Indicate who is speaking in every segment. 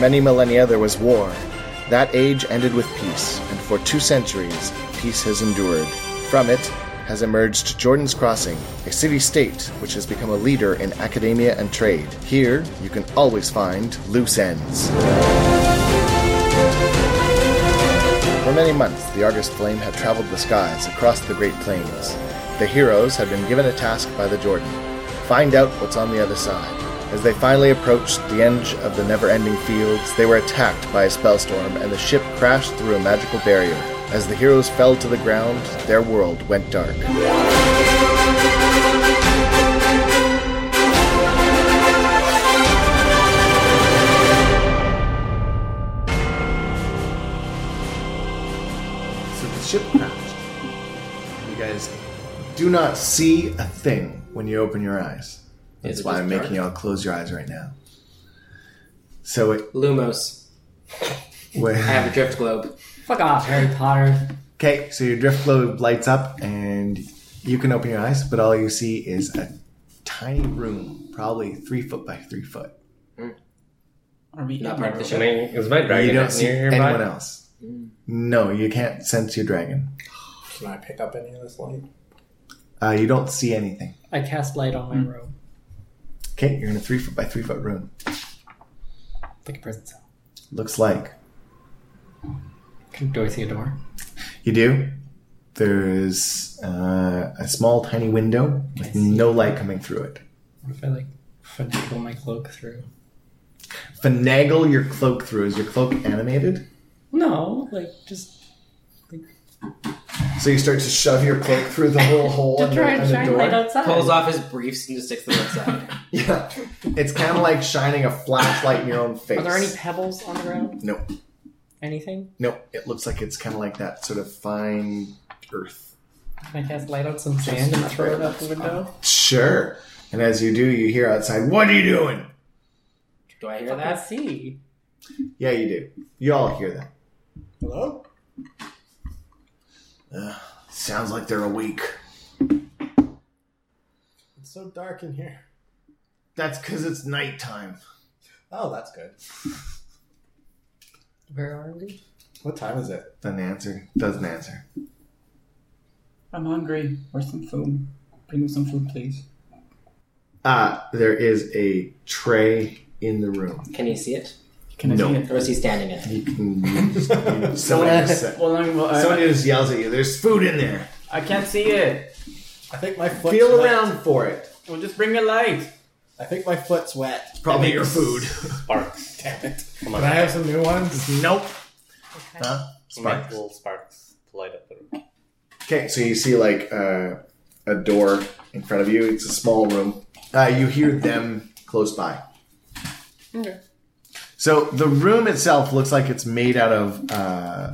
Speaker 1: many millennia there was war. That age ended with peace, and for two centuries, peace has endured. From it has emerged Jordan's Crossing, a city state which has become a leader in academia and trade. Here, you can always find loose ends. For many months, the Argus Flame had traveled the skies across the Great Plains. The heroes had been given a task by the Jordan find out what's on the other side. As they finally approached the edge of the never ending fields, they were attacked by a spellstorm and the ship crashed through a magical barrier. As the heroes fell to the ground, their world went dark. So the ship crashed. You guys do not see a thing when you open your eyes. That's
Speaker 2: it
Speaker 1: why
Speaker 2: just
Speaker 1: I'm
Speaker 2: dark?
Speaker 1: making y'all close your eyes right now. So it
Speaker 2: Lumos. I
Speaker 1: where,
Speaker 2: have a drift globe.
Speaker 3: Fuck off, Harry Potter.
Speaker 1: okay, so your drift globe lights up and you can open your eyes, but all you see is a tiny room, probably three foot by three foot.
Speaker 3: Mm. Are we
Speaker 2: Not part of the
Speaker 4: I
Speaker 2: show.
Speaker 4: mean, is my dragon
Speaker 1: you don't
Speaker 4: near
Speaker 1: see
Speaker 4: nearby?
Speaker 1: anyone else. No, you can't sense your dragon.
Speaker 5: Can I pick up any of this light?
Speaker 1: Uh, you don't see anything.
Speaker 3: I cast light on my robe.
Speaker 1: Okay, you're in a three foot by three foot room.
Speaker 3: Like a prison cell.
Speaker 1: Looks like
Speaker 3: Can, do I see a door?
Speaker 1: you do. There's uh, a small, tiny window
Speaker 3: I
Speaker 1: with
Speaker 3: see.
Speaker 1: no light coming through it.
Speaker 3: What if I like finagle my cloak through?
Speaker 1: Finagle your cloak through. Is your cloak animated?
Speaker 3: No, like just
Speaker 1: So you start to shove your cloak through the little hole
Speaker 3: to
Speaker 1: in
Speaker 3: try
Speaker 1: the,
Speaker 3: and
Speaker 1: in the
Speaker 3: shine
Speaker 1: door.
Speaker 3: light outside.
Speaker 2: Pulls off his briefs and just sticks them outside.
Speaker 1: Yeah, it's kind of like shining a flashlight in your own face.
Speaker 3: Are there any pebbles on the ground?
Speaker 1: No,
Speaker 3: Anything?
Speaker 1: no. It looks like it's kind of like that sort of fine earth
Speaker 3: Can I cast light on some sand and throw it out the window?
Speaker 1: Sure. And as you do, you hear outside, What are you doing?
Speaker 2: Do I hear
Speaker 3: Fuck, I
Speaker 2: that?
Speaker 3: see.
Speaker 1: Yeah, you do. You all hear that.
Speaker 5: Hello?
Speaker 1: Sounds like they're awake.
Speaker 5: It's so dark in here.
Speaker 1: That's because it's nighttime.
Speaker 5: Oh, that's good.
Speaker 3: Where are we?
Speaker 5: What time is it?
Speaker 1: Doesn't answer. Doesn't answer.
Speaker 6: I'm hungry. Where's some food? Bring me some food, please.
Speaker 1: Uh, there is a tray in the room.
Speaker 2: Can you see it?
Speaker 6: Can I
Speaker 1: No.
Speaker 6: see it?
Speaker 2: Or is he standing in it?
Speaker 1: You can- you- Someone just said-
Speaker 6: Well, I, well,
Speaker 1: someone
Speaker 6: I,
Speaker 1: just yells at you, There's food in there.
Speaker 6: I can't see it.
Speaker 5: I think my foot's
Speaker 1: Feel
Speaker 5: wet.
Speaker 1: around for it.
Speaker 6: Well, just bring a light.
Speaker 5: I think my foot's wet.
Speaker 1: Probably your Oh food.
Speaker 4: Sparks.
Speaker 5: Damn it.
Speaker 4: Come
Speaker 5: Can
Speaker 4: on.
Speaker 5: I have some new ones?
Speaker 1: Nope. Huh? Sparks.
Speaker 4: Magical sparks to light up the room.
Speaker 1: Okay, so you see like uh, a door in front of you. It's a small room. Uh, you hear them close by.
Speaker 3: Okay.
Speaker 1: So the room itself looks like it's made out of uh,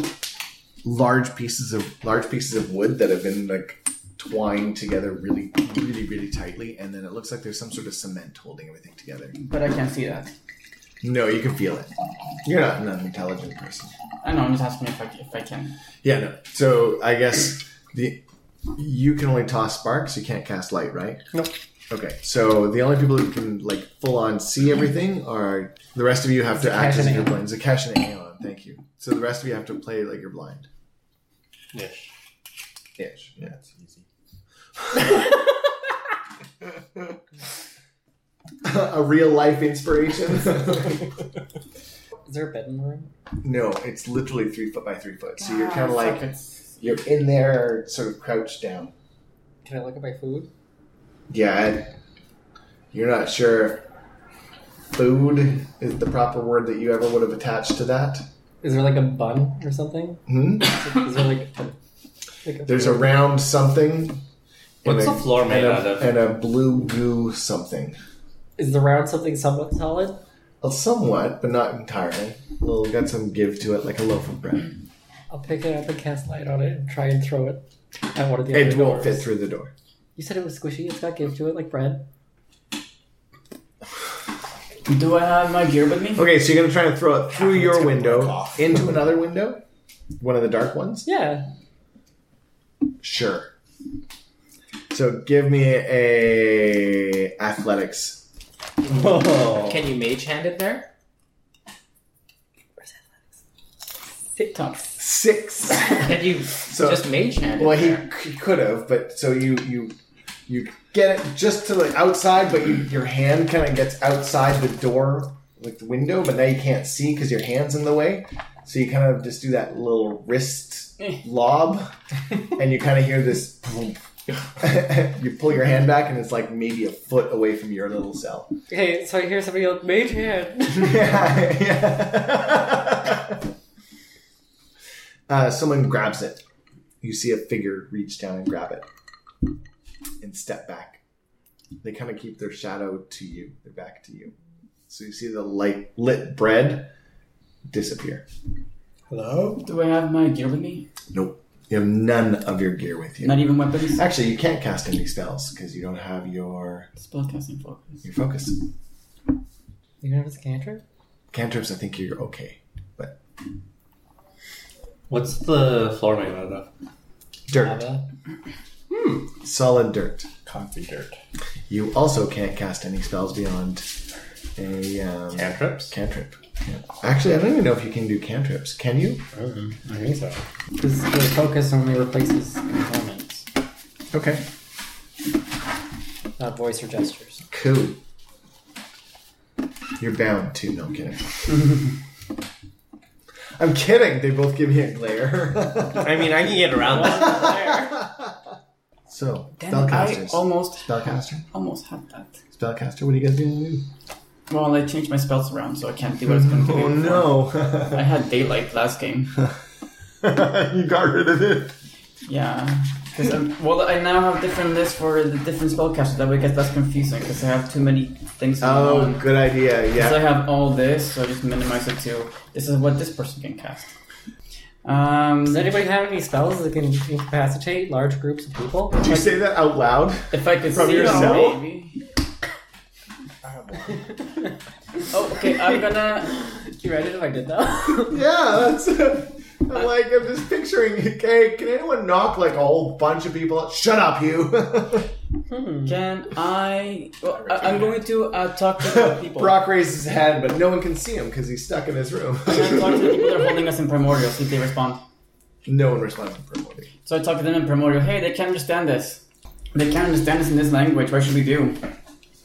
Speaker 1: large pieces of large pieces of wood that have been like twined together really, really, really tightly, and then it looks like there's some sort of cement holding everything together.
Speaker 6: But I can't see that.
Speaker 1: No, you can feel it. You're not an intelligent person.
Speaker 6: I know. I'm just asking if I if I can.
Speaker 1: Yeah. No. So I guess the you can only toss sparks. You can't cast light, right?
Speaker 3: Nope.
Speaker 1: Okay. So the only people who can like full on see everything are the rest of you have to act
Speaker 3: Zakesh
Speaker 1: as if
Speaker 3: and
Speaker 1: you're
Speaker 3: Aeon.
Speaker 1: blind. Zakesh and Aeon. Thank you. So the rest of you have to play like you're blind.
Speaker 4: Ish.
Speaker 1: Ish. Yeah.
Speaker 4: That's easy.
Speaker 1: a real life inspiration.
Speaker 3: Is there a bed in the room?
Speaker 1: no, it's literally three foot by three foot. So you're kind of
Speaker 6: Ah,
Speaker 1: like
Speaker 6: fuck, it's-
Speaker 1: you're in there, sort of crouched down.
Speaker 3: Can I look at my food?
Speaker 1: Yeah. Ed, You're not sure. if Food is the proper word that you ever would have attached to that.
Speaker 3: Is there like a bun or something?
Speaker 1: Hmm?
Speaker 3: Is there like, a, like a
Speaker 1: There's a round something.
Speaker 4: What's
Speaker 1: and
Speaker 4: the floor made
Speaker 1: and a,
Speaker 4: out of?
Speaker 1: And a blue goo something.
Speaker 3: Is the round something somewhat solid?
Speaker 1: Well, somewhat, but not entirely. A little got some give to it, like a loaf of bread.
Speaker 3: I'll pick it up and cast light on it and try and throw it at one of the
Speaker 1: It
Speaker 3: other
Speaker 1: won't fit
Speaker 3: doors.
Speaker 1: through the door.
Speaker 3: You said it was squishy. It's got give to it like bread.
Speaker 6: Do I have my gear with me?
Speaker 1: Okay, so you're gonna try and throw it
Speaker 4: Ah,
Speaker 1: through your
Speaker 5: gonna break
Speaker 1: window
Speaker 5: off.
Speaker 1: into another window, one of the dark ones.
Speaker 3: Yeah.
Speaker 1: Sure. So give me a athletics.
Speaker 2: Can you mage hand it there?
Speaker 6: TikToks.
Speaker 5: Six.
Speaker 2: And you
Speaker 1: So-
Speaker 2: just mage hand.
Speaker 1: Well, he,
Speaker 2: There.
Speaker 1: he could have, but so you you you get it just to the outside, but you, your hand kind of gets outside the door, like the window, but now you can't see because your hand's in the way. So you kind of just do that little wrist lob, and you kind of hear this. boom. you pull your hand back, and it's like maybe a foot away from your little cell.
Speaker 3: Hey, so I hear somebody yell, Mage Hand!
Speaker 1: yeah, yeah. uh, someone grabs it. You see a figure reach down and grab it and step back. They kind of keep their shadow to you, their back to you. So you see the light lit bread disappear.
Speaker 5: Hello?
Speaker 6: Do I have my gear with me?
Speaker 1: Nope. You have none of your gear with you.
Speaker 6: Not even weapons?
Speaker 1: Actually, you can't cast any spells because you don't have your
Speaker 6: Spellcasting focus.
Speaker 1: your focus.
Speaker 3: You gonna have a cantrip?
Speaker 1: Cantrips, I think you're okay.
Speaker 4: What's the floor made out of?
Speaker 1: Dirt, Hmm.
Speaker 3: Lava.
Speaker 1: solid dirt.
Speaker 5: Coffee dirt.
Speaker 1: You also can't cast any spells beyond a um,
Speaker 4: Cantrips?
Speaker 1: cantrip. Yeah. Actually, I don't even know if you can do cantrips. Can you?
Speaker 4: I think so.
Speaker 3: Because the focus only replaces components,
Speaker 1: Okay.
Speaker 3: not voice or gestures.
Speaker 1: Cool. You're bound to. No, I'm kidding. I'm kidding. They both give me a glare.
Speaker 4: I mean, I can get around that.
Speaker 1: so,
Speaker 6: Damn it, I
Speaker 1: spellcasters. Oh.
Speaker 6: almost
Speaker 1: Spellcaster.
Speaker 6: almost had that.
Speaker 1: Spellcaster. What are you guys doing? to do?
Speaker 6: Well, I changed my spells around, so I can't do what I was going to do.
Speaker 1: Oh
Speaker 6: before.
Speaker 1: no!
Speaker 6: I had daylight last game.
Speaker 1: you got rid of it.
Speaker 6: Yeah. Because well, I now have different lists for the different spellcasters. That way, it gets less confusing because I have too many things. going
Speaker 1: Oh,
Speaker 6: on.
Speaker 1: good idea.
Speaker 6: Because I
Speaker 1: Yeah.
Speaker 6: have all this, so I just minimize it to this is what this person can cast. Um,
Speaker 3: Does anybody have any spells that can incapacitate large groups of people?
Speaker 1: Did you say that out loud?
Speaker 6: if I could
Speaker 1: From
Speaker 6: see
Speaker 1: yourself?
Speaker 6: them, maybe. Oh, okay. I'm gonna.
Speaker 3: You read it if I did though.
Speaker 1: Yeah, that's I'm like I'm just picturing. Okay, can anyone knock like a whole bunch of people? out? Shut up, you.
Speaker 6: Can I? Well, I I'm going to uh, talk to the people.
Speaker 1: Brock raises his hand, but no one can see him because he's stuck in his room.
Speaker 6: I'm gonna talk to the people that are holding us in Primordial. See if they respond.
Speaker 1: no one responds to Primordial.
Speaker 6: So I talk to them in Primordial. Hey, they can't understand this. They can't understand this in this language. What should we do?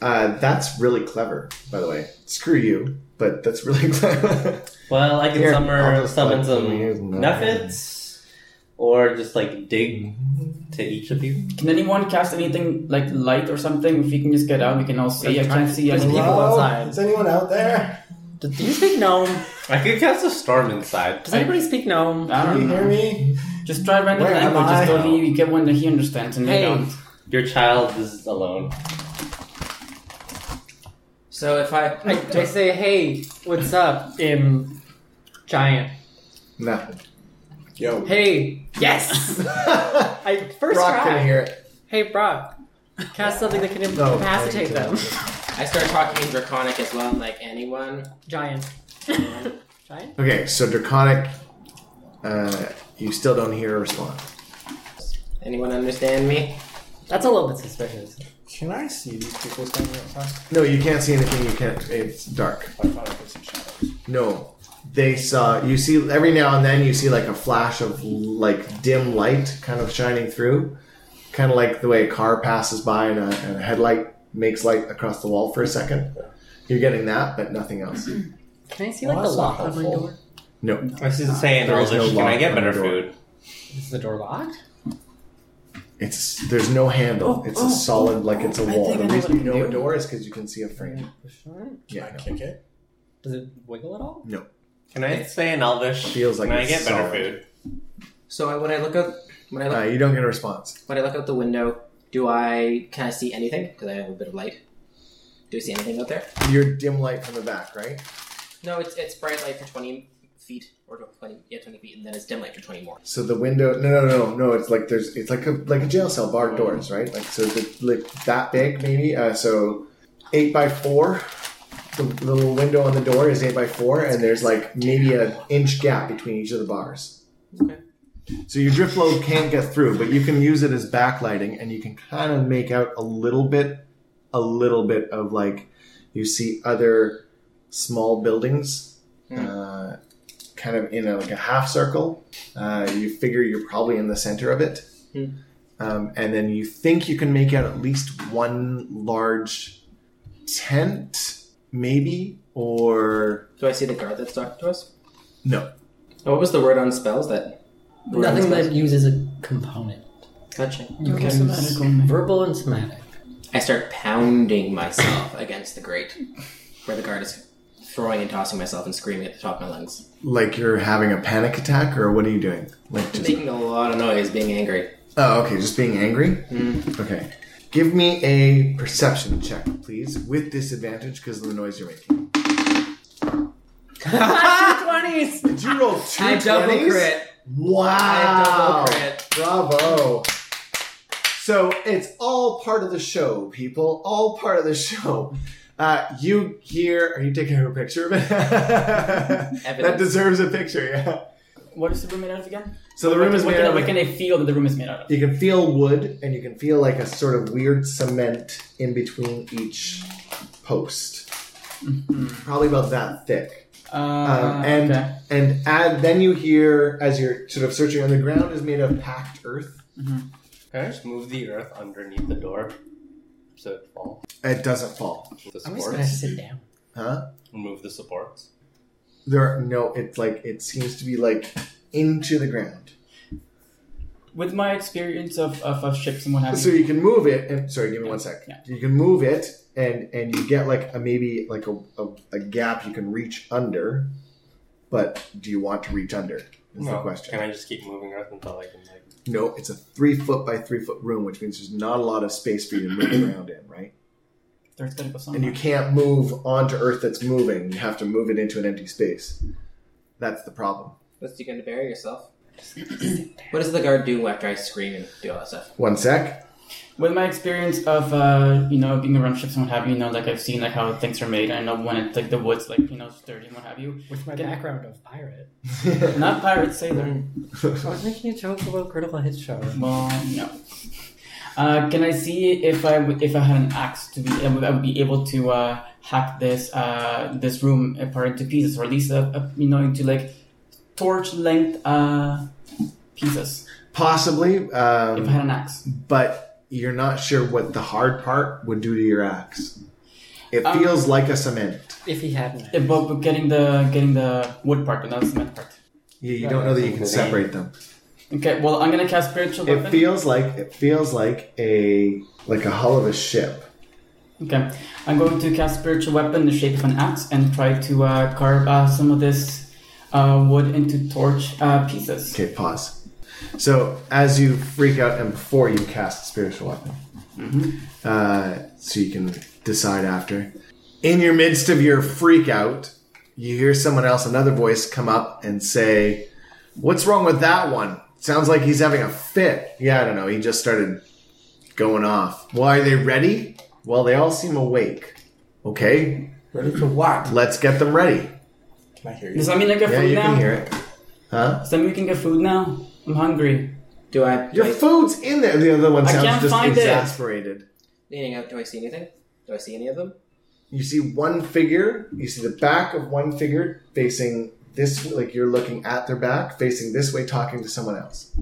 Speaker 1: Uh, that's really clever, by the way. Screw you, but that's really clever.
Speaker 4: Well, I can
Speaker 1: Here, I'll
Speaker 4: summer,
Speaker 1: just
Speaker 4: summon
Speaker 1: let
Speaker 4: some
Speaker 1: them use them.
Speaker 4: methods, or just like dig to each of you.
Speaker 6: Can anyone cast anything like light or something? If we can just get out, we can all see. I can't see
Speaker 3: There's
Speaker 6: any
Speaker 3: people
Speaker 6: people.
Speaker 3: outside.
Speaker 5: Oh, Is anyone out there?
Speaker 3: Do you speak gnome?
Speaker 4: I could cast a storm inside.
Speaker 3: Does anybody speak gnome?
Speaker 6: I
Speaker 5: Can
Speaker 6: don't
Speaker 5: you
Speaker 6: know.
Speaker 5: hear me?
Speaker 6: Just try random
Speaker 5: Where am
Speaker 6: languages
Speaker 5: I?
Speaker 6: till he, you get one that he understands and they
Speaker 3: Hey.
Speaker 6: don't.
Speaker 4: Your child is alone.
Speaker 2: So if I,
Speaker 3: I, I say, hey, what's up, in giant?
Speaker 1: Nothing.
Speaker 5: Yo.
Speaker 3: Hey, yes.
Speaker 1: Brock
Speaker 3: I first
Speaker 1: can
Speaker 3: try.
Speaker 1: hear it.
Speaker 3: Hey, Brock, cast something that can
Speaker 1: No,
Speaker 3: incapacitate
Speaker 1: no,
Speaker 3: them.
Speaker 1: you
Speaker 2: I start talking in Draconic as well, like anyone.
Speaker 3: Giant. Giant.
Speaker 1: Okay, so Draconic. Uh, you still don't hear a response.
Speaker 2: Anyone understand me?
Speaker 3: That's a little bit suspicious.
Speaker 5: Can I see these people standing outside?
Speaker 1: No, you can't see anything. You can't. It's dark.
Speaker 5: I thought I could see shadows.
Speaker 1: No, they saw. You see, every now and then you see like a flash of like dim light kind of shining through, kind of like the way a car passes by and a, and a headlight makes light across the wall for a second. You're getting that, but nothing else.
Speaker 3: Can I see
Speaker 5: Well,
Speaker 3: like the
Speaker 5: that's not
Speaker 3: lock on my
Speaker 5: helpful.
Speaker 3: door?
Speaker 1: No,
Speaker 4: I was just saying,
Speaker 1: There is no
Speaker 4: Elvish, can I
Speaker 1: lock
Speaker 4: get
Speaker 1: on the
Speaker 4: better
Speaker 1: door.
Speaker 4: food?
Speaker 3: Is the door locked?
Speaker 1: it's there's no handle.
Speaker 6: Oh,
Speaker 1: it's
Speaker 6: oh,
Speaker 1: a solid like it's a
Speaker 6: I
Speaker 1: wall.
Speaker 6: think I
Speaker 1: The
Speaker 6: know
Speaker 1: reason
Speaker 6: what
Speaker 1: you
Speaker 6: I can
Speaker 1: know a
Speaker 6: do.
Speaker 1: door is because you can see a frame.
Speaker 3: Push on it?
Speaker 1: Yeah, I know.
Speaker 5: Kick it?
Speaker 3: Does it wiggle at all?
Speaker 4: Can I say in Elvish?
Speaker 1: Feels like
Speaker 4: can I
Speaker 1: it's
Speaker 4: get better
Speaker 1: solid.
Speaker 4: food?
Speaker 2: So I, when I look out, when I look,
Speaker 1: Uh, you don't get a response.
Speaker 2: when I look out the window, do I can I see anything? Because I have a bit of light. Do I see anything out there?
Speaker 1: You're dim light from the back, right?
Speaker 2: No, it's it's bright light for twenty feet or twenty yeah twenty feet, and then it's dim light for twenty more.
Speaker 1: So the window, no, no, no, no. It's like there's, it's like a like a jail cell, barred doors, right? Like so, the, like that big, maybe. Uh, so eight by four. The little window on the door is eight by four, and there's like maybe an inch gap between each of the bars.
Speaker 2: Okay.
Speaker 1: So your drift load can't get through, but you can use it as backlighting, and you can kind of make out a little bit, a little bit of like you see other small buildings. Uh, kind of in a, like a half circle. Uh, you figure you're probably in the center of it,
Speaker 2: Hmm.
Speaker 1: um, and then you think you can make out at least one large tent, maybe or
Speaker 2: Do I see the guard that's talking to us?
Speaker 1: no.
Speaker 2: Oh, what was the word on spells that? word on
Speaker 3: Nothing
Speaker 2: spells?
Speaker 3: that uses a component.
Speaker 2: Gotcha.
Speaker 3: You
Speaker 6: Okay,
Speaker 3: can use
Speaker 6: semantical ma-
Speaker 3: verbal and somatic.
Speaker 2: I start pounding myself against the grate where the guard is throwing and tossing myself and screaming at the top of my lungs.
Speaker 1: Like you're having a panic attack, or what are you doing? Like just
Speaker 2: Making a lot of noise, being angry.
Speaker 1: Oh, okay. Just being angry? Okay. Give me a perception check, please, with disadvantage because of the noise you're making.
Speaker 2: Twenties.
Speaker 1: Did you roll two
Speaker 2: I double
Speaker 1: 20s?
Speaker 2: crit.
Speaker 1: Wow.
Speaker 2: I double crit.
Speaker 1: Bravo. So it's all part of the show, people. All part of the show. Uh, you hear? Are you taking a picture of it? that
Speaker 2: Evidence.
Speaker 1: deserves a picture. Yeah.
Speaker 6: What is the room made out of again?
Speaker 1: So the room is
Speaker 6: what
Speaker 1: made
Speaker 6: can,
Speaker 1: out
Speaker 6: What
Speaker 1: of-
Speaker 6: can they feel that the room is made out of?
Speaker 1: You can feel wood, and you can feel like a sort of weird cement in between each post. Probably about that thick.
Speaker 6: Uh,
Speaker 1: Um, and
Speaker 6: okay.
Speaker 1: and add, then you hear as you're sort of searching, and the ground is made of packed earth.
Speaker 4: Can I just move the earth underneath the door so it falls?
Speaker 1: It doesn't fall,
Speaker 4: The
Speaker 3: I'm just
Speaker 4: supports.
Speaker 3: gonna sit down.
Speaker 1: huh?
Speaker 4: Remove the supports.
Speaker 1: There, are, no. It's like it seems to be like into the ground,
Speaker 6: with my experience of, of, of ships and what have
Speaker 1: so
Speaker 6: you,
Speaker 1: you can move it. And sorry, give me one sec.
Speaker 6: Yeah.
Speaker 1: You can move it, and and you get like a maybe like a, a, a gap you can reach under. But do you want to reach under? Is the question.
Speaker 4: Can I just keep moving earth until I can like?
Speaker 1: No, it's a three foot by three foot room, which means there's not a lot of space for you to move around in, right?
Speaker 6: there's gotta go somewhere.
Speaker 1: And you can't move onto Earth that's moving. You have to move it into an empty space. That's the problem.
Speaker 2: What's you gonna bury yourself? what does the guard do after I scream and do all that stuff?
Speaker 1: One sec.
Speaker 6: With my experience of uh, you know being around ships and what have you, you know, like I've seen like how things are made. I know when it's like the woods, like you know, it's dirty and what have you.
Speaker 3: With my
Speaker 6: Can-
Speaker 3: background of pirate,
Speaker 6: Not pirate sailor.
Speaker 3: I was making a joke about critical hit show.
Speaker 6: Well, no. Uh, can I see if I would if I had an axe to be able, I would be able to uh, hack this uh, this room apart into pieces, or at least uh, uh, you know into like torch length uh, pieces.
Speaker 1: Possibly,
Speaker 6: If I had
Speaker 1: um,
Speaker 6: an axe,
Speaker 1: but you're not sure what the hard part would do to your axe. It
Speaker 6: Um,
Speaker 1: feels like a cement.
Speaker 3: If he hadn't,
Speaker 6: Yeah, but, but getting the getting the wood part, but not the cement part.
Speaker 1: You, you don't know that you can separate them.
Speaker 6: Okay, well I'm gonna cast spiritual
Speaker 1: It
Speaker 6: weapon.
Speaker 1: feels like it feels like a like a hull of a ship.
Speaker 6: Okay, I'm going to cast spiritual weapon in the shape of an axe and try to uh, carve uh, some of this uh, wood into torch uh, pieces.
Speaker 1: Okay, pause. So as you freak out and before you cast spiritual weapon, uh, so you can decide after. In your midst of your freak out, you hear someone else, another voice, come up and say, "What's wrong with that one? Sounds like he's having a fit." Yeah, I don't know. He just started going off. Well, are they ready? Well, they all seem awake. Okay,
Speaker 5: Ready for what?
Speaker 1: let's get them ready.
Speaker 5: Can I hear you?
Speaker 6: Does that mean I get
Speaker 1: Yeah,
Speaker 6: food
Speaker 1: you
Speaker 6: now?
Speaker 1: can hear it, huh?
Speaker 6: Does that mean we can get food now? I'm hungry.
Speaker 2: Do I do
Speaker 1: Your
Speaker 2: I,
Speaker 1: food's in there. The other one
Speaker 6: I
Speaker 1: sounds
Speaker 6: can't
Speaker 1: just
Speaker 6: find it.
Speaker 1: exasperated.
Speaker 2: leaning out? Do I see anything? Do I see any of them?
Speaker 1: you see one figure you see the back of one figure facing this like you're looking at their back facing this way talking to someone else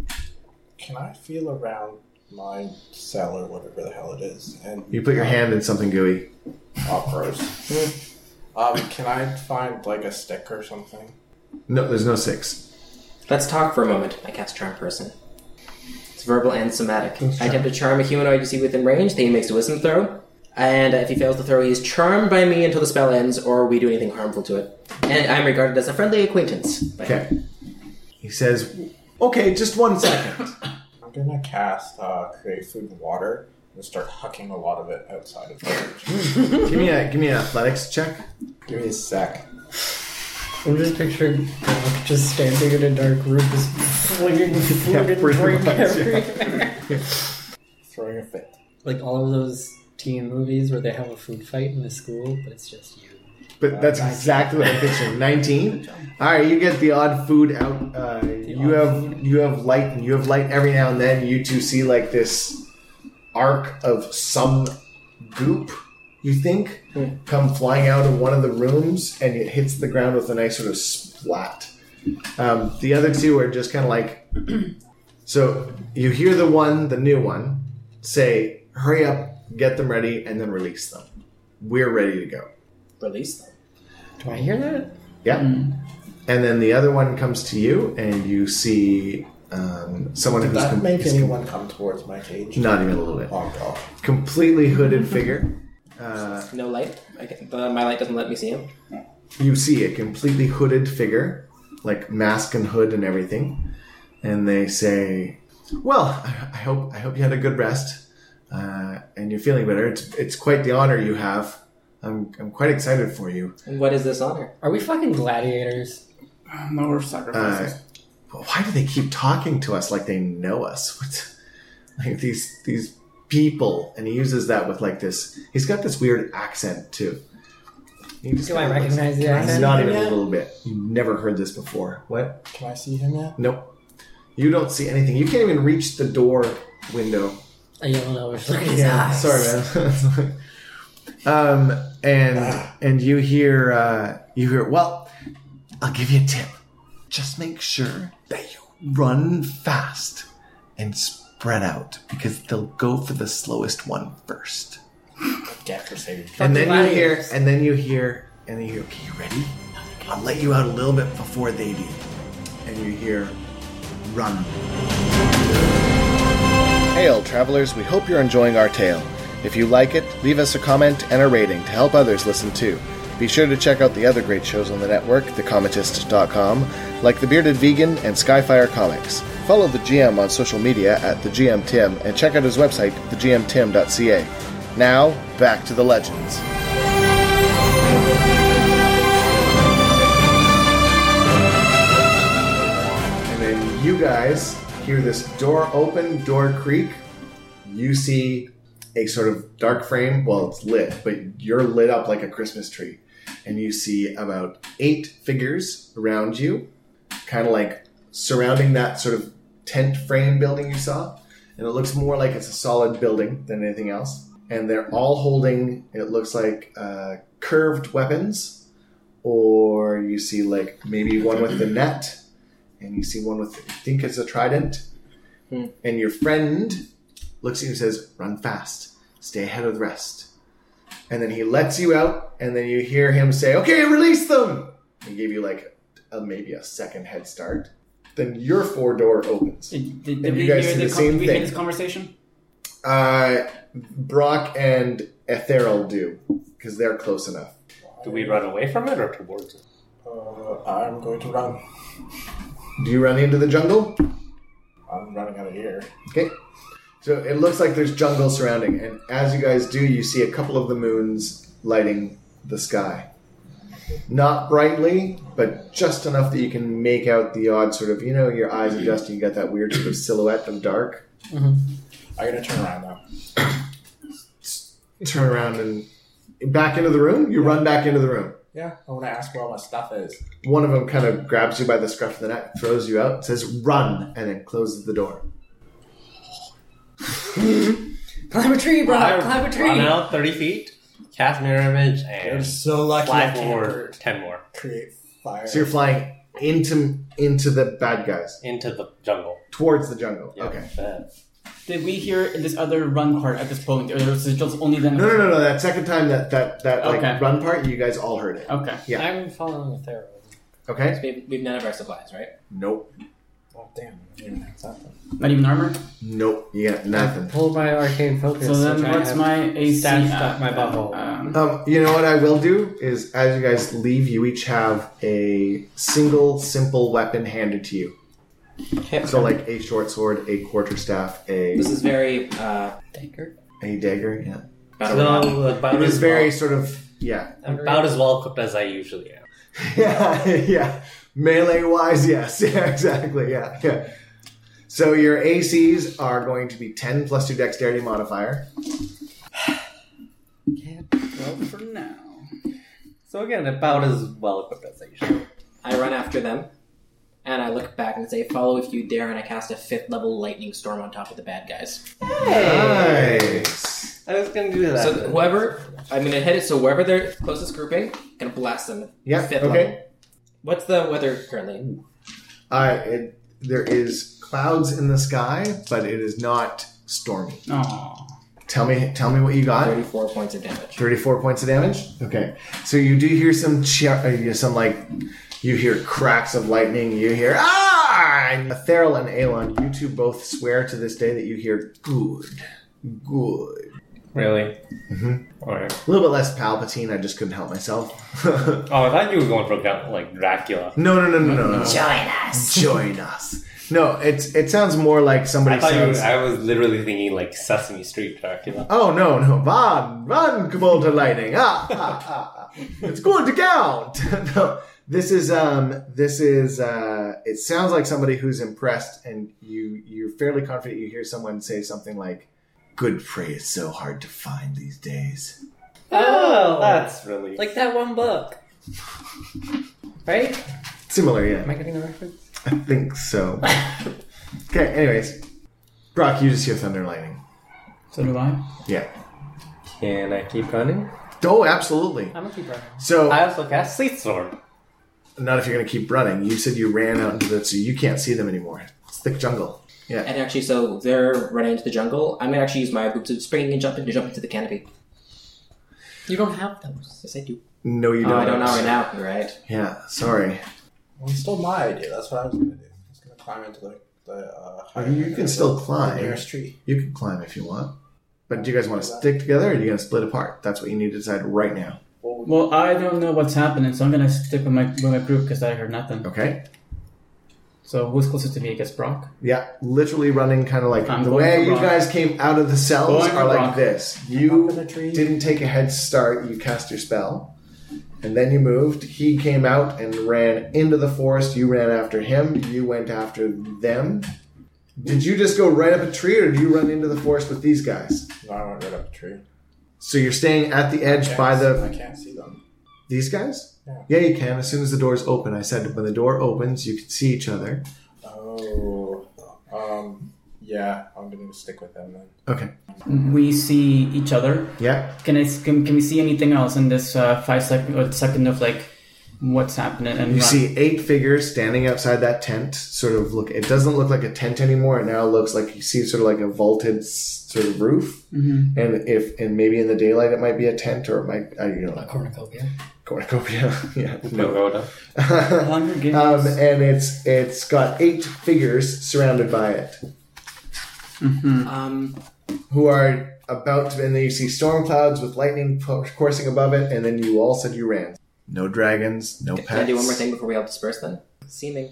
Speaker 5: Can I feel around my cell or whatever the hell it is? And
Speaker 1: you put your hand in something gooey
Speaker 5: Oh, gross.
Speaker 1: Hmm.
Speaker 5: um, can I find like a stick or something?
Speaker 1: no there's no six
Speaker 2: Let's talk for a moment. I cast charm person. It's verbal and somatic. I attempt to charm a humanoid you see within range. Then he makes a wisdom throw, and if he fails the throw, he is charmed by me until the spell ends or we do anything harmful to it. And I'm regarded as a friendly acquaintance. by him.
Speaker 1: okay he says okay just one second
Speaker 5: I'm gonna cast uh, create food and water and start hucking a lot of it outside of range.
Speaker 1: give me a give me an athletics check
Speaker 5: Give me a sec.
Speaker 3: I'm just picturing Doc just standing in a dark room, just flinging food
Speaker 1: Yeah,
Speaker 3: and
Speaker 1: pretty
Speaker 3: drink
Speaker 1: much, yeah.
Speaker 3: everywhere.
Speaker 5: Throwing a fit.
Speaker 3: Like all of those teen movies where they have a food fight in the school, but it's just you.
Speaker 1: but that's exactly what i'm picturing 19 all right you get the odd food out uh, you
Speaker 3: odd
Speaker 1: have you have light and you have light every now and then you two see like this arc of some goop you think come flying out of one of the rooms and it hits the ground with a nice sort of splat Um, the other two are just kind of like. so you hear the one, the new one, say, "Hurry up, get them ready, and then release them. We're ready to go."
Speaker 2: Release them.
Speaker 3: Do I hear that?
Speaker 1: Yeah.
Speaker 5: Mm-hmm.
Speaker 6: Mm.
Speaker 1: And then the other one comes to you, and you see um, someone
Speaker 5: Did
Speaker 1: who's
Speaker 5: that
Speaker 1: com-
Speaker 5: make
Speaker 1: is
Speaker 5: anyone come towards my cage?
Speaker 1: Not even a little bit.
Speaker 5: Oh god.
Speaker 1: completely hooded figure. Uh,
Speaker 2: No light. I can, the, my light doesn't let me see him.
Speaker 1: you see a completely hooded figure, like mask and hood and everything, and they say, "Well, I I hope I hope you had a good rest, uh, and you're feeling better. It's it's quite the honor you have. I'm I'm quite excited for you.
Speaker 2: And what is this honor?
Speaker 3: Are we fucking gladiators?
Speaker 6: No, we're
Speaker 1: Uh,
Speaker 6: sacrifices.
Speaker 1: but why do they keep talking to us like they know us? What, like these these people?" And he uses that with like this. He's got this weird accent too. He just
Speaker 3: Do I
Speaker 1: kinda looks-
Speaker 3: recognize the accent?
Speaker 1: Not even
Speaker 5: Yeah.
Speaker 1: a little bit. You've never heard this before. What?
Speaker 5: Can I see him yet?
Speaker 1: Nope. You don't see anything. You can't even reach the door window.
Speaker 3: I don't know. Look at his eyes.
Speaker 1: sorry, man. um, and and you hear uh, you hear. Well, I'll give you a tip. Just make sure that you run fast and spread out because they'll go for the slowest one first.
Speaker 5: Get for saving.
Speaker 1: And then you
Speaker 3: Fucking
Speaker 1: hear,
Speaker 3: liars.
Speaker 1: and then you hear, and then you hear. Okay, you ready? I'll let you out a little bit before they do. And you hear, run. Hail, travelers, we hope you're enjoying our tale. If you like it, leave us a comment and a rating to help others listen too. Be sure to check out the other great shows on the network, thecommentist.com, like The Bearded Vegan and Skyfire Comics. Follow the GM on social media at the GM Tim and check out his website, thegmtim.ca. Now, back to the legends. And then you guys hear this door open, door creak. You see a sort of dark frame. Well, it's lit, but you're lit up like a Christmas tree. And you see about eight figures around you, kind of like surrounding that sort of tent frame building you saw. And it looks more like it's a solid building than anything else. And they're all holding, it looks like, uh, curved weapons. Or you see, like, maybe one with the net and you see one with I think it's a trident,
Speaker 2: Hmm.
Speaker 1: and your friend looks at you and says, "Run fast, stay ahead of the rest." And then he lets you out, and then you hear him say, "Okay, release them." And give you like a, maybe a second head start. Then your four door opens.
Speaker 6: did, did,
Speaker 1: and
Speaker 6: did
Speaker 1: you
Speaker 6: we
Speaker 1: guys
Speaker 6: hear
Speaker 1: do
Speaker 6: the
Speaker 1: the
Speaker 6: con-
Speaker 1: same
Speaker 6: did we hear
Speaker 1: thing.
Speaker 6: this conversation?
Speaker 1: Uh, Brock and Etheril do because they're close enough.
Speaker 4: Do we run away from it or towards it?
Speaker 5: Uh, I'm going to run.
Speaker 1: Do you run into the jungle?
Speaker 5: I'm running out of here.
Speaker 1: Okay. So it looks like there's jungle surrounding, and as you guys do, you see a couple of the moons lighting the sky. Not brightly, but just enough that you can make out the odd sort of, you know, your eyes adjust and you got that weird sort of silhouette of dark.
Speaker 5: I gotta turn around now.
Speaker 1: Turn around and back into the room. You run back into the room.
Speaker 5: Yeah, I want to ask where all my stuff is.
Speaker 1: One of them kind of grabs you by the scruff of the neck, throws you out, says, run, and then closes the door.
Speaker 3: Climb a tree, bro.
Speaker 4: I
Speaker 3: Climb a
Speaker 4: Run
Speaker 3: tree.
Speaker 4: out 30 feet, cast mirror image, and
Speaker 5: so lucky.
Speaker 4: fly forward 10 more
Speaker 5: Create fire.
Speaker 1: So you're flying into into the bad guys,
Speaker 4: into the jungle.
Speaker 1: towards the jungle.
Speaker 4: Yeah,
Speaker 1: Okay.
Speaker 4: bad.
Speaker 6: Did we hear this other run part at this point, or was it just only then?
Speaker 1: No, no, no, no. That second time, that that that
Speaker 6: Okay.
Speaker 1: like run part, you guys all heard it.
Speaker 6: Okay.
Speaker 1: Yeah.
Speaker 3: I'm following with arrow.
Speaker 1: Okay.
Speaker 2: We've, we've none of our supplies, right?
Speaker 1: Nope.
Speaker 5: Oh, damn. I didn't have something.
Speaker 6: Not even armor.
Speaker 1: Nope. You got nothing.
Speaker 3: Pull my arcane focus.
Speaker 6: So then,
Speaker 3: which I
Speaker 6: what's
Speaker 3: have-
Speaker 6: my AC?
Speaker 3: stashed
Speaker 6: at
Speaker 3: up my
Speaker 6: then?
Speaker 3: butthole.
Speaker 6: Um,
Speaker 1: Um, you know what I will do is, as you guys leave, you each have a single simple weapon handed to you. So, like a short sword, a quarter staff, a
Speaker 2: This is very uh,
Speaker 3: Dagger?
Speaker 1: a dagger. Yeah.
Speaker 2: battle royale.
Speaker 4: So
Speaker 1: It
Speaker 4: about,
Speaker 1: is
Speaker 4: as
Speaker 1: very
Speaker 4: well,
Speaker 1: sort of yeah,
Speaker 4: about as well equipped as I usually am.
Speaker 1: yeah, yeah. Melee wise, yes. Yeah, exactly. Yeah, yeah. So your ACs are going to be ten plus your dexterity modifier.
Speaker 6: well,
Speaker 1: Uh-huh.
Speaker 6: for now.
Speaker 4: So again, about as well equipped as I usually am.
Speaker 2: I run after them, and I look back and say, "Follow if you dare," and I cast a fifth level lightning storm on top of the bad guys.
Speaker 1: Nice.
Speaker 4: I was gonna do that.
Speaker 2: So
Speaker 1: Uh,
Speaker 2: whoever, I'm gonna hit it. So wherever their closest grouping, gonna blast them.
Speaker 1: Yeah.
Speaker 2: Fifth
Speaker 1: okay.
Speaker 2: level. What's the weather currently?
Speaker 1: I it, there is clouds in the sky, but it is not stormy.
Speaker 6: Oh,
Speaker 1: Tell me, tell me what you got.
Speaker 2: 34 points of damage.
Speaker 1: Thirty-four points of damage. Okay, so you do hear some chi- uh, you- some like you hear cracks of lightning. You hear ah. And Theril and Elon, you two both swear to this day that you hear good, good.
Speaker 4: Really?
Speaker 1: Mhm.
Speaker 4: Alright.
Speaker 1: A little bit less Palpatine. I just couldn't help myself.
Speaker 4: Oh, I thought you were going for Dra- like Dracula.
Speaker 1: no, no, no, no, no, no.
Speaker 2: Join us.
Speaker 1: Join us. No, it's it sounds more like somebody
Speaker 4: I thought you.
Speaker 1: sounds.
Speaker 4: Were, I was literally thinking like Sesame Street Dracula.
Speaker 1: Oh no, no, run, run, Gibraltar Lightning! Ah, ah, ah, ah. It's going to count. no, this is um, this is uh, it sounds like somebody who's impressed, and you you're fairly confident you hear someone say something like, "Good prey is so hard to find these days."
Speaker 4: Oh, that's really
Speaker 7: Like that one book. Right?
Speaker 1: Similar, yeah,
Speaker 7: Am I getting the reference?
Speaker 1: I think so. okay, anyways, Brock, you just hear thunder and lightning.
Speaker 6: so do I.
Speaker 1: Yeah.
Speaker 4: Can I keep running?
Speaker 1: Oh, absolutely.
Speaker 7: I'm gonna keep running.
Speaker 1: So
Speaker 4: I also cast Sleet Storm.
Speaker 1: not if you're going to keep running. You said you ran out into the so you can't see them anymore. It's thick jungle.
Speaker 2: And actually, so they're running into the jungle. I'm gonna actually use my boots of springing and jumping to jump into the canopy.
Speaker 7: You don't have those.
Speaker 2: Yes, I do.
Speaker 1: No, you don't.
Speaker 2: Oh, I don't know right now. You're right.
Speaker 1: Yeah, sorry.
Speaker 5: Well, it's still my idea. That's what I was gonna do. I was gonna climb into the. the uh,
Speaker 1: I mean, you can still
Speaker 5: the
Speaker 1: climb.
Speaker 5: nearest tree.
Speaker 1: You can climb if you want. But do you guys want to stick together or are you going to split apart? That's what you need to decide right now.
Speaker 5: Well,
Speaker 6: Well, I don't know what's happening, so I'm gonna stick with my with my group because I heard nothing.
Speaker 1: Okay?
Speaker 6: So who's closest to me? I guess Brock.
Speaker 1: Yeah, literally running kind of like
Speaker 6: I'm
Speaker 1: the
Speaker 6: going
Speaker 1: way
Speaker 6: for
Speaker 1: you
Speaker 6: rock.
Speaker 1: guys came out of the cells
Speaker 6: Going for
Speaker 1: are like
Speaker 6: rock.
Speaker 1: this.
Speaker 5: up in
Speaker 1: You
Speaker 5: the tree.
Speaker 1: didn't take a head start, you cast your spell. And then you moved. He came out and ran into the forest. You ran after him. You went after them. Did you just go right up a tree or did you run into the forest with these guys?
Speaker 5: no, I went right up the tree.
Speaker 1: So you're staying at the edge
Speaker 5: Can't
Speaker 1: by
Speaker 5: see-
Speaker 1: the
Speaker 5: I can't see them.
Speaker 1: These guys?
Speaker 5: Yeah.
Speaker 1: you can. As soon as the doors open, I said when the door opens, you can see each other.
Speaker 5: Oh. Um. Yeah, I'm gonna stick with them then.
Speaker 1: Okay.
Speaker 6: Mm-hmm. We see each other.
Speaker 1: Yeah.
Speaker 6: Can I? Can, can we see anything else in this uh, five second or second of like what's happening? And
Speaker 1: You
Speaker 6: run?
Speaker 1: see eight figures standing outside that tent. Sort of look. It doesn't look like a tent anymore. It now looks like you see sort of like a vaulted s- sort of roof. Mm-hmm. And if and maybe in the daylight it might be a tent or it might I you know
Speaker 7: Cornucopia.
Speaker 1: cornucopia. yeah.
Speaker 4: Pagoda.
Speaker 6: Hunger Games.
Speaker 1: Um, and it's it's got eight figures surrounded by it.
Speaker 6: Mm-hmm.
Speaker 2: Um,
Speaker 1: who are about to, and then you see storm clouds with lightning po- coursing above it, and then you all said you ran. No dragons, no pets.
Speaker 2: can I do one more thing before we all disperse then? Seeming.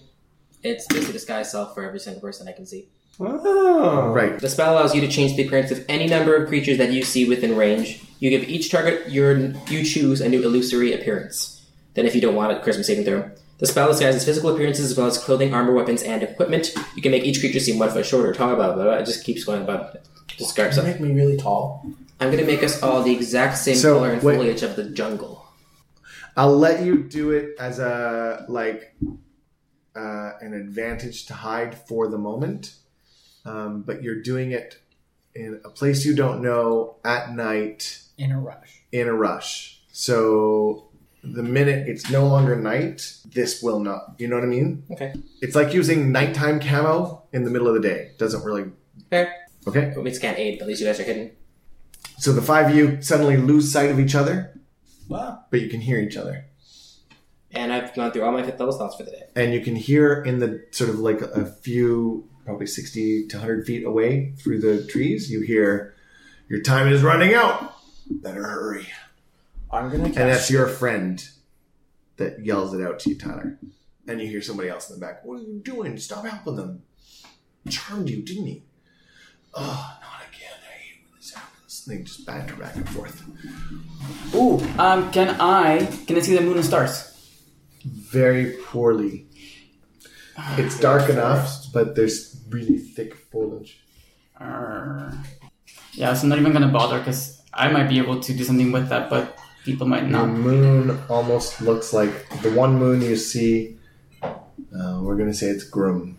Speaker 2: It's basically disguise self for every single person I can see.
Speaker 4: Oh.
Speaker 1: Right.
Speaker 2: The spell allows you to change the appearance of any number of creatures that you see within range. You give each target your you choose a new illusory appearance. Then, if you don't want it, Christmas saving throw. The spell disguises physical appearances as well as clothing, armor, weapons, and equipment. You can make each creature seem one foot shorter, taller, blah blah blah. It just keeps going, but describes it.
Speaker 5: make me really tall?
Speaker 2: I'm gonna make us all the exact same
Speaker 1: So,
Speaker 2: color and
Speaker 1: wait.
Speaker 2: foliage of the jungle.
Speaker 1: I'll let you do it as a like uh, an advantage to hide for the moment, um, but you're doing it in a place you don't know at night
Speaker 7: In a rush.
Speaker 1: in a rush. So the minute it's no longer night, this will not. You know what I mean?
Speaker 2: Okay.
Speaker 1: It's like using nighttime camo in the middle of the day. Doesn't really
Speaker 2: Fair.
Speaker 1: okay.
Speaker 2: It means can't aid, but at least you guys are hidden.
Speaker 1: So the five of you suddenly lose sight of each other,
Speaker 5: Wow.
Speaker 1: but you can hear each other.
Speaker 2: And I've gone through all my fifth level slots for the day.
Speaker 1: And you can hear in the sort of like a few, probably 60 to 100 feet away through the trees, you hear, Your time is running out. Better hurry.
Speaker 5: I'm gonna
Speaker 1: And
Speaker 5: cast.
Speaker 1: that's your friend that yells it out to you, Tyler. And you hear somebody else in the back, What are you doing? Stop helping them. Charmed you, didn't he? Oh, not again. I hate when this happens. And they just banter back and forth.
Speaker 6: Ooh. Um. Can I? Can I see the moon and stars?
Speaker 1: very poorly. It's dark enough, but there's really thick foliage.
Speaker 6: Arr. Yeah. So I'm not even gonna bother because I might be able to do something with that, but people might
Speaker 1: The
Speaker 6: not.
Speaker 1: moon almost looks like the one moon you see. Uh, we're gonna say it's Grum.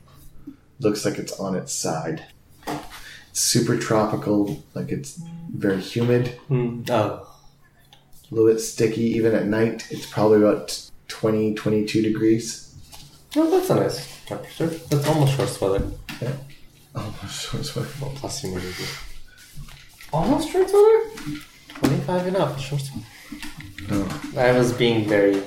Speaker 1: Looks like it's on its side. It's super tropical, like it's very humid,
Speaker 4: Hmm. Oh.
Speaker 1: a little bit sticky even at night. It's probably about 20, 22 degrees.
Speaker 4: No, that's a nice temperature. That's almost shorts weather.
Speaker 1: Oh, I'm so sorry.
Speaker 4: Well, plus humidity. Almost shorts weather? 25 and up, shorts
Speaker 1: No.
Speaker 4: I was being very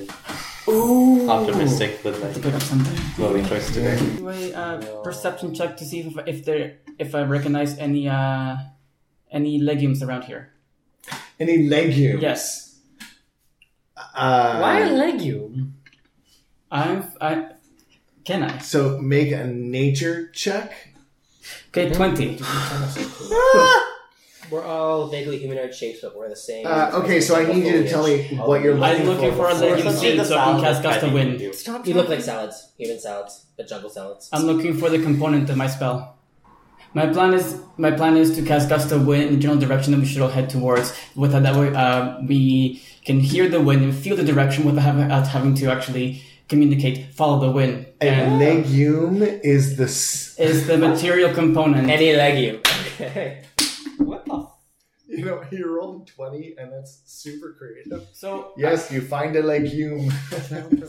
Speaker 6: Ooh.
Speaker 4: optimistic with
Speaker 6: To
Speaker 4: my
Speaker 6: pick up something.
Speaker 4: clothing choice today.
Speaker 6: Anyway, uh, perception check to see if, if there if I recognize any uh any legumes around here.
Speaker 1: Any legume?
Speaker 6: Yes,
Speaker 1: Uh,
Speaker 8: Why a legume?
Speaker 6: I'm. I can I?
Speaker 1: So make a nature check.
Speaker 6: Okay, twenty.
Speaker 2: We're all vaguely humanoid shapes, but we're the same.
Speaker 1: Uh, okay, so I need you to tell me what you're looking
Speaker 6: I'm looking for a legume seed so I can cast gust of wind.
Speaker 2: You look like salads, human salads, but jungle salads.
Speaker 6: I'm looking for the component of my spell. My plan is my plan is to cast gust of wind in the general direction that we should all head towards. Without that way, uh, we can hear the wind and feel the direction without having, uh, having to actually communicate. Follow the wind.
Speaker 1: A
Speaker 6: And
Speaker 1: legume is the s-
Speaker 6: is the material component.
Speaker 2: Any legume. Okay.
Speaker 4: What the
Speaker 1: you know he rolled a twenty and that's super creative.
Speaker 6: So
Speaker 1: Yes, you find a legume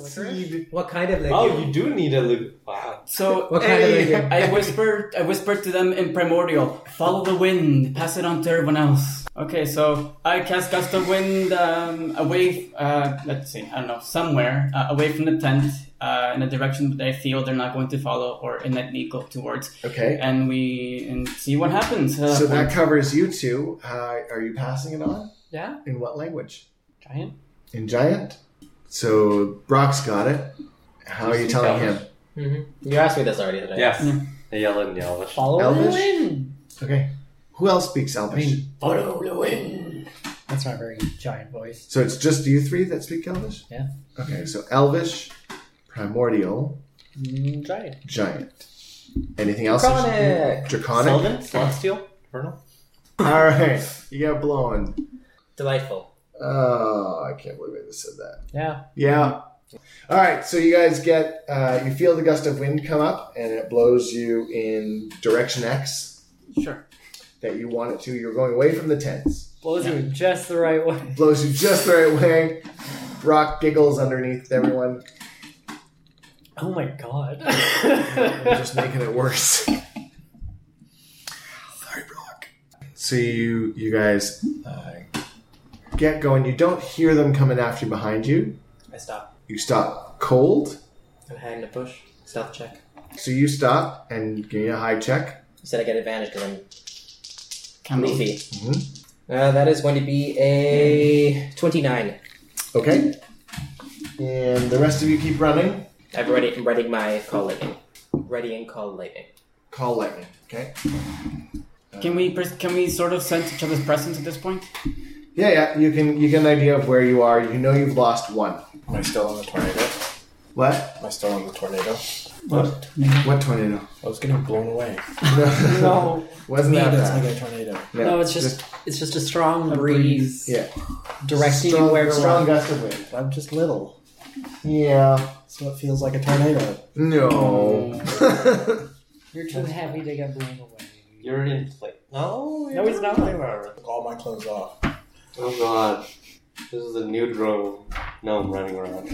Speaker 1: seed.
Speaker 2: What kind of legume?
Speaker 4: Oh, you do need a loop. Wow.
Speaker 6: so
Speaker 2: What kind
Speaker 1: Hey.
Speaker 2: of legume?
Speaker 6: I whispered I whispered to them in primordial, follow the wind, pass it on to everyone else. Okay, so I cast gust of wind um, away, uh, let's see, I don't know, somewhere uh, away from the tent uh, in a direction that I feel they're not going to follow or in that they go towards,
Speaker 1: Okay,
Speaker 6: and we and see what happens. Uh,
Speaker 1: so that covers you two. Uh, are you passing it on?
Speaker 3: Yeah.
Speaker 1: In what language?
Speaker 4: Giant?
Speaker 1: In giant. So Brock's got it. How are you telling him?
Speaker 2: You asked me this already today.
Speaker 4: Yes.
Speaker 6: Yeah.
Speaker 4: They yell in Yelvish.
Speaker 3: Follow
Speaker 1: Elvish?
Speaker 3: the wind.
Speaker 1: Okay. Who else speaks Elvish?
Speaker 3: Follow the wind. That's not a very giant voice.
Speaker 1: So it's just you three that speak Elvish?
Speaker 3: Yeah.
Speaker 1: Okay, so Elvish, Primordial,
Speaker 3: Mm, giant.
Speaker 1: Giant. Anything else?
Speaker 2: Draconic.
Speaker 1: Draconic.
Speaker 4: Sylvan? Celestial? Vernal?
Speaker 1: All right, you got blown.
Speaker 2: Delightful.
Speaker 1: Oh, I can't believe I just said that.
Speaker 3: Yeah.
Speaker 1: Yeah. All right, so you guys get uh, you feel the gust of wind come up, and it blows you in direction X
Speaker 6: sure.
Speaker 1: that you want it to. You're going away from the tents.
Speaker 3: Blows you in just the right way.
Speaker 1: Blows you just the right way. Brock giggles underneath everyone,
Speaker 3: Oh my god.
Speaker 1: just making it worse. Sorry, Brock. So you you guys uh, get going. You don't hear them coming after you behind you.
Speaker 2: I stop.
Speaker 1: You stop cold,
Speaker 2: I'm hiding a bush. Stealth check.
Speaker 1: so you stop and give me a high check.
Speaker 2: You said I get advantage because I'm
Speaker 6: Can we-
Speaker 2: leafy.
Speaker 3: Mm-hmm.
Speaker 2: Uh, that is going to be a 29.
Speaker 1: Okay. And the rest of you keep running.
Speaker 2: I've already I'm reading my call lightning. Readying call lightning.
Speaker 1: Call lightning. Okay. Uh,
Speaker 6: Can we pres- can we sort of sense each other's presence at this point?
Speaker 1: Yeah, yeah. You can you get an idea of where you are. You know you've lost one.
Speaker 5: Am I still in the tornado?
Speaker 1: What?
Speaker 5: Am I still in the tornado?
Speaker 1: What? What tornado?
Speaker 5: I was getting blown away.
Speaker 3: no.
Speaker 1: Wasn't that
Speaker 5: that's
Speaker 1: bad?
Speaker 5: like a tornado.
Speaker 1: Yeah,
Speaker 3: No, it's just it's just a strong
Speaker 6: breeze.
Speaker 3: breeze.
Speaker 1: yeah.
Speaker 3: Directing
Speaker 1: strong,
Speaker 3: you where to
Speaker 1: strong
Speaker 3: run.
Speaker 1: gust of wind.
Speaker 5: I'm just little.
Speaker 1: Yeah.
Speaker 5: So it feels like a tornado.
Speaker 1: No.
Speaker 3: You're too heavy to get blown away.
Speaker 4: You're in play. No,
Speaker 3: No, it's not.
Speaker 4: Oh
Speaker 5: All my clothes off.
Speaker 4: god. This is a new drone gnome running around.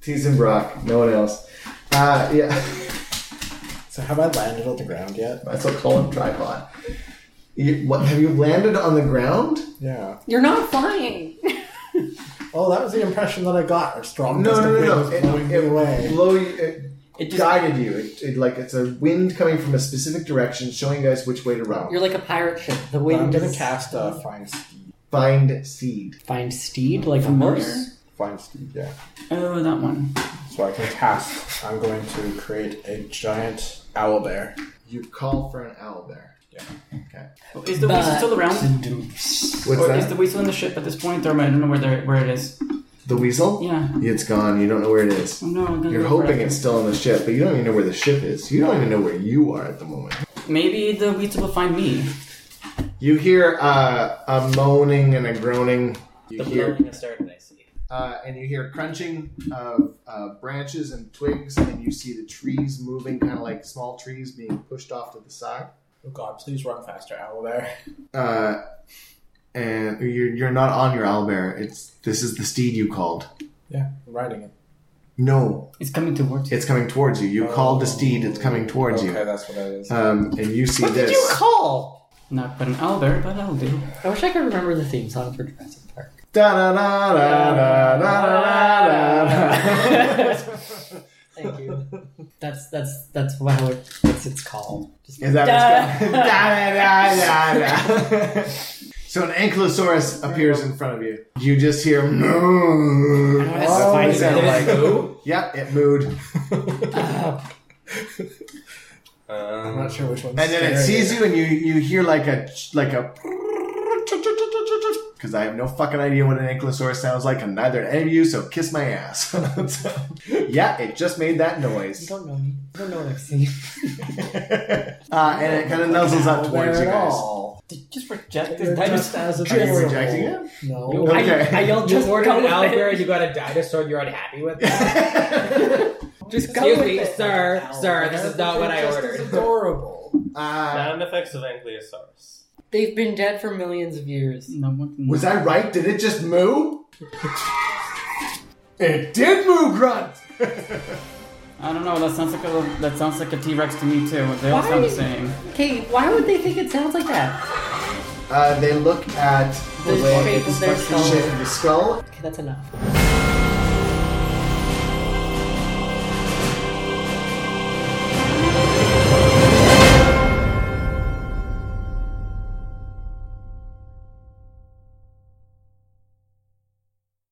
Speaker 1: Teasing Brock. No one else. Uh, yeah.
Speaker 5: So have I landed on the ground yet?
Speaker 1: That's what Colin tripod. You, what? Have you landed on the ground?
Speaker 5: Yeah.
Speaker 9: You're not flying.
Speaker 5: Oh, that was the impression that I got. Our strong
Speaker 1: No,
Speaker 5: gust
Speaker 1: no,
Speaker 5: of
Speaker 1: no, no.
Speaker 5: wind was blowing
Speaker 1: It,
Speaker 5: me
Speaker 1: it,
Speaker 5: away.
Speaker 1: blow you, it
Speaker 6: It just
Speaker 1: guided you. It, it like it's a wind coming from a specific direction, showing you guys which way to run.
Speaker 3: You're like a pirate ship. The
Speaker 5: But I'm
Speaker 3: wind
Speaker 5: gonna
Speaker 3: is-
Speaker 5: cast a find steed.
Speaker 1: Find seed.
Speaker 3: Find steed like a horse.
Speaker 5: Find steed, yeah.
Speaker 6: oh that one.
Speaker 5: So I can cast. I'm going to create a giant owl bear.
Speaker 1: You call for an owl bear.
Speaker 6: Is the whistle still around?
Speaker 1: What's
Speaker 6: Or
Speaker 1: that?
Speaker 6: is the whistle in the ship at this point? Or am I I don't know where they're- where it is.
Speaker 1: the weasel?
Speaker 6: Yeah.
Speaker 1: It's gone. You don't know where it is.
Speaker 6: Oh, no, I'm gonna
Speaker 1: You're
Speaker 6: go for
Speaker 1: hoping
Speaker 6: it.
Speaker 1: it's still on the ship, but you don't even know where the ship is. You don't even know where you are at the moment.
Speaker 6: Maybe the weasel will find me.
Speaker 1: You hear uh, a moaning and a groaning. You
Speaker 2: The
Speaker 1: hear
Speaker 2: blowing has started, I see.
Speaker 1: uh, and you hear crunching of uh, branches and twigs, and you see the trees moving, kind of like small trees being pushed off to the side.
Speaker 5: Oh god, please run faster, Owl there.
Speaker 1: Uh, and you're, you're not on your owlbear. It's this is the steed you called.
Speaker 5: Yeah, I'm riding it.
Speaker 1: No,
Speaker 6: It's coming towards you.
Speaker 1: it's coming towards you. You called the steed. It's coming towards
Speaker 5: Okay,
Speaker 1: you.
Speaker 5: that's what it is.
Speaker 1: Um, and you see
Speaker 10: What
Speaker 1: this.
Speaker 10: did you call?
Speaker 6: Not but an owlbear, but I'll do.
Speaker 3: I wish I could remember the theme song for Jurassic Park.
Speaker 1: Da-da-da-da-da-da-da-da.
Speaker 3: Thank you. That's that's that's what I would, that's its call. Just
Speaker 1: Is that what's going- Da-da-da-da-da. So an ankylosaurus appears in front of you. You just hear.
Speaker 3: That's fine.
Speaker 1: That's
Speaker 3: Did it
Speaker 1: like. Yep, it mooed.
Speaker 10: I'm not sure which one.
Speaker 1: and then it sees you, and you you hear like a like a because I have no fucking idea what an ankylosaurus sounds like, and neither do any of you. So kiss my ass. yeah, it just made that
Speaker 3: You
Speaker 1: noise,
Speaker 3: don't know me. You don't know what I've seen.
Speaker 1: uh, and it kind of nuzzles up towards you guys.
Speaker 6: Just reject
Speaker 10: You're
Speaker 6: this
Speaker 10: just
Speaker 6: dinosaur.
Speaker 10: as a
Speaker 1: Are you
Speaker 10: terrible.
Speaker 1: rejecting it?
Speaker 10: No.
Speaker 2: You-
Speaker 1: Okay.
Speaker 6: I, I yelled just
Speaker 2: you ordered
Speaker 6: go
Speaker 2: an
Speaker 6: with it.
Speaker 2: owlbear, you got a dinosaur you're unhappy with?
Speaker 6: Just go
Speaker 2: Excuse
Speaker 6: with
Speaker 2: me,
Speaker 6: it.
Speaker 2: sir, sir, this is not what I
Speaker 10: Just as
Speaker 2: ordered.
Speaker 10: Adorable.
Speaker 1: Uh,
Speaker 4: Sound effects of Ankylosaurus.
Speaker 3: They've been dead for millions of years.
Speaker 6: No one can-
Speaker 1: was I right? Did it just moo? It did moo, grunt.
Speaker 6: I don't know. That sounds like a that sounds like a T Rex to me too. They all sound the same.
Speaker 3: Okay, why would they think it sounds like that?
Speaker 1: Uh, they look at
Speaker 3: The shape of their skull.
Speaker 1: shape of the skull
Speaker 3: Okay, that's enough.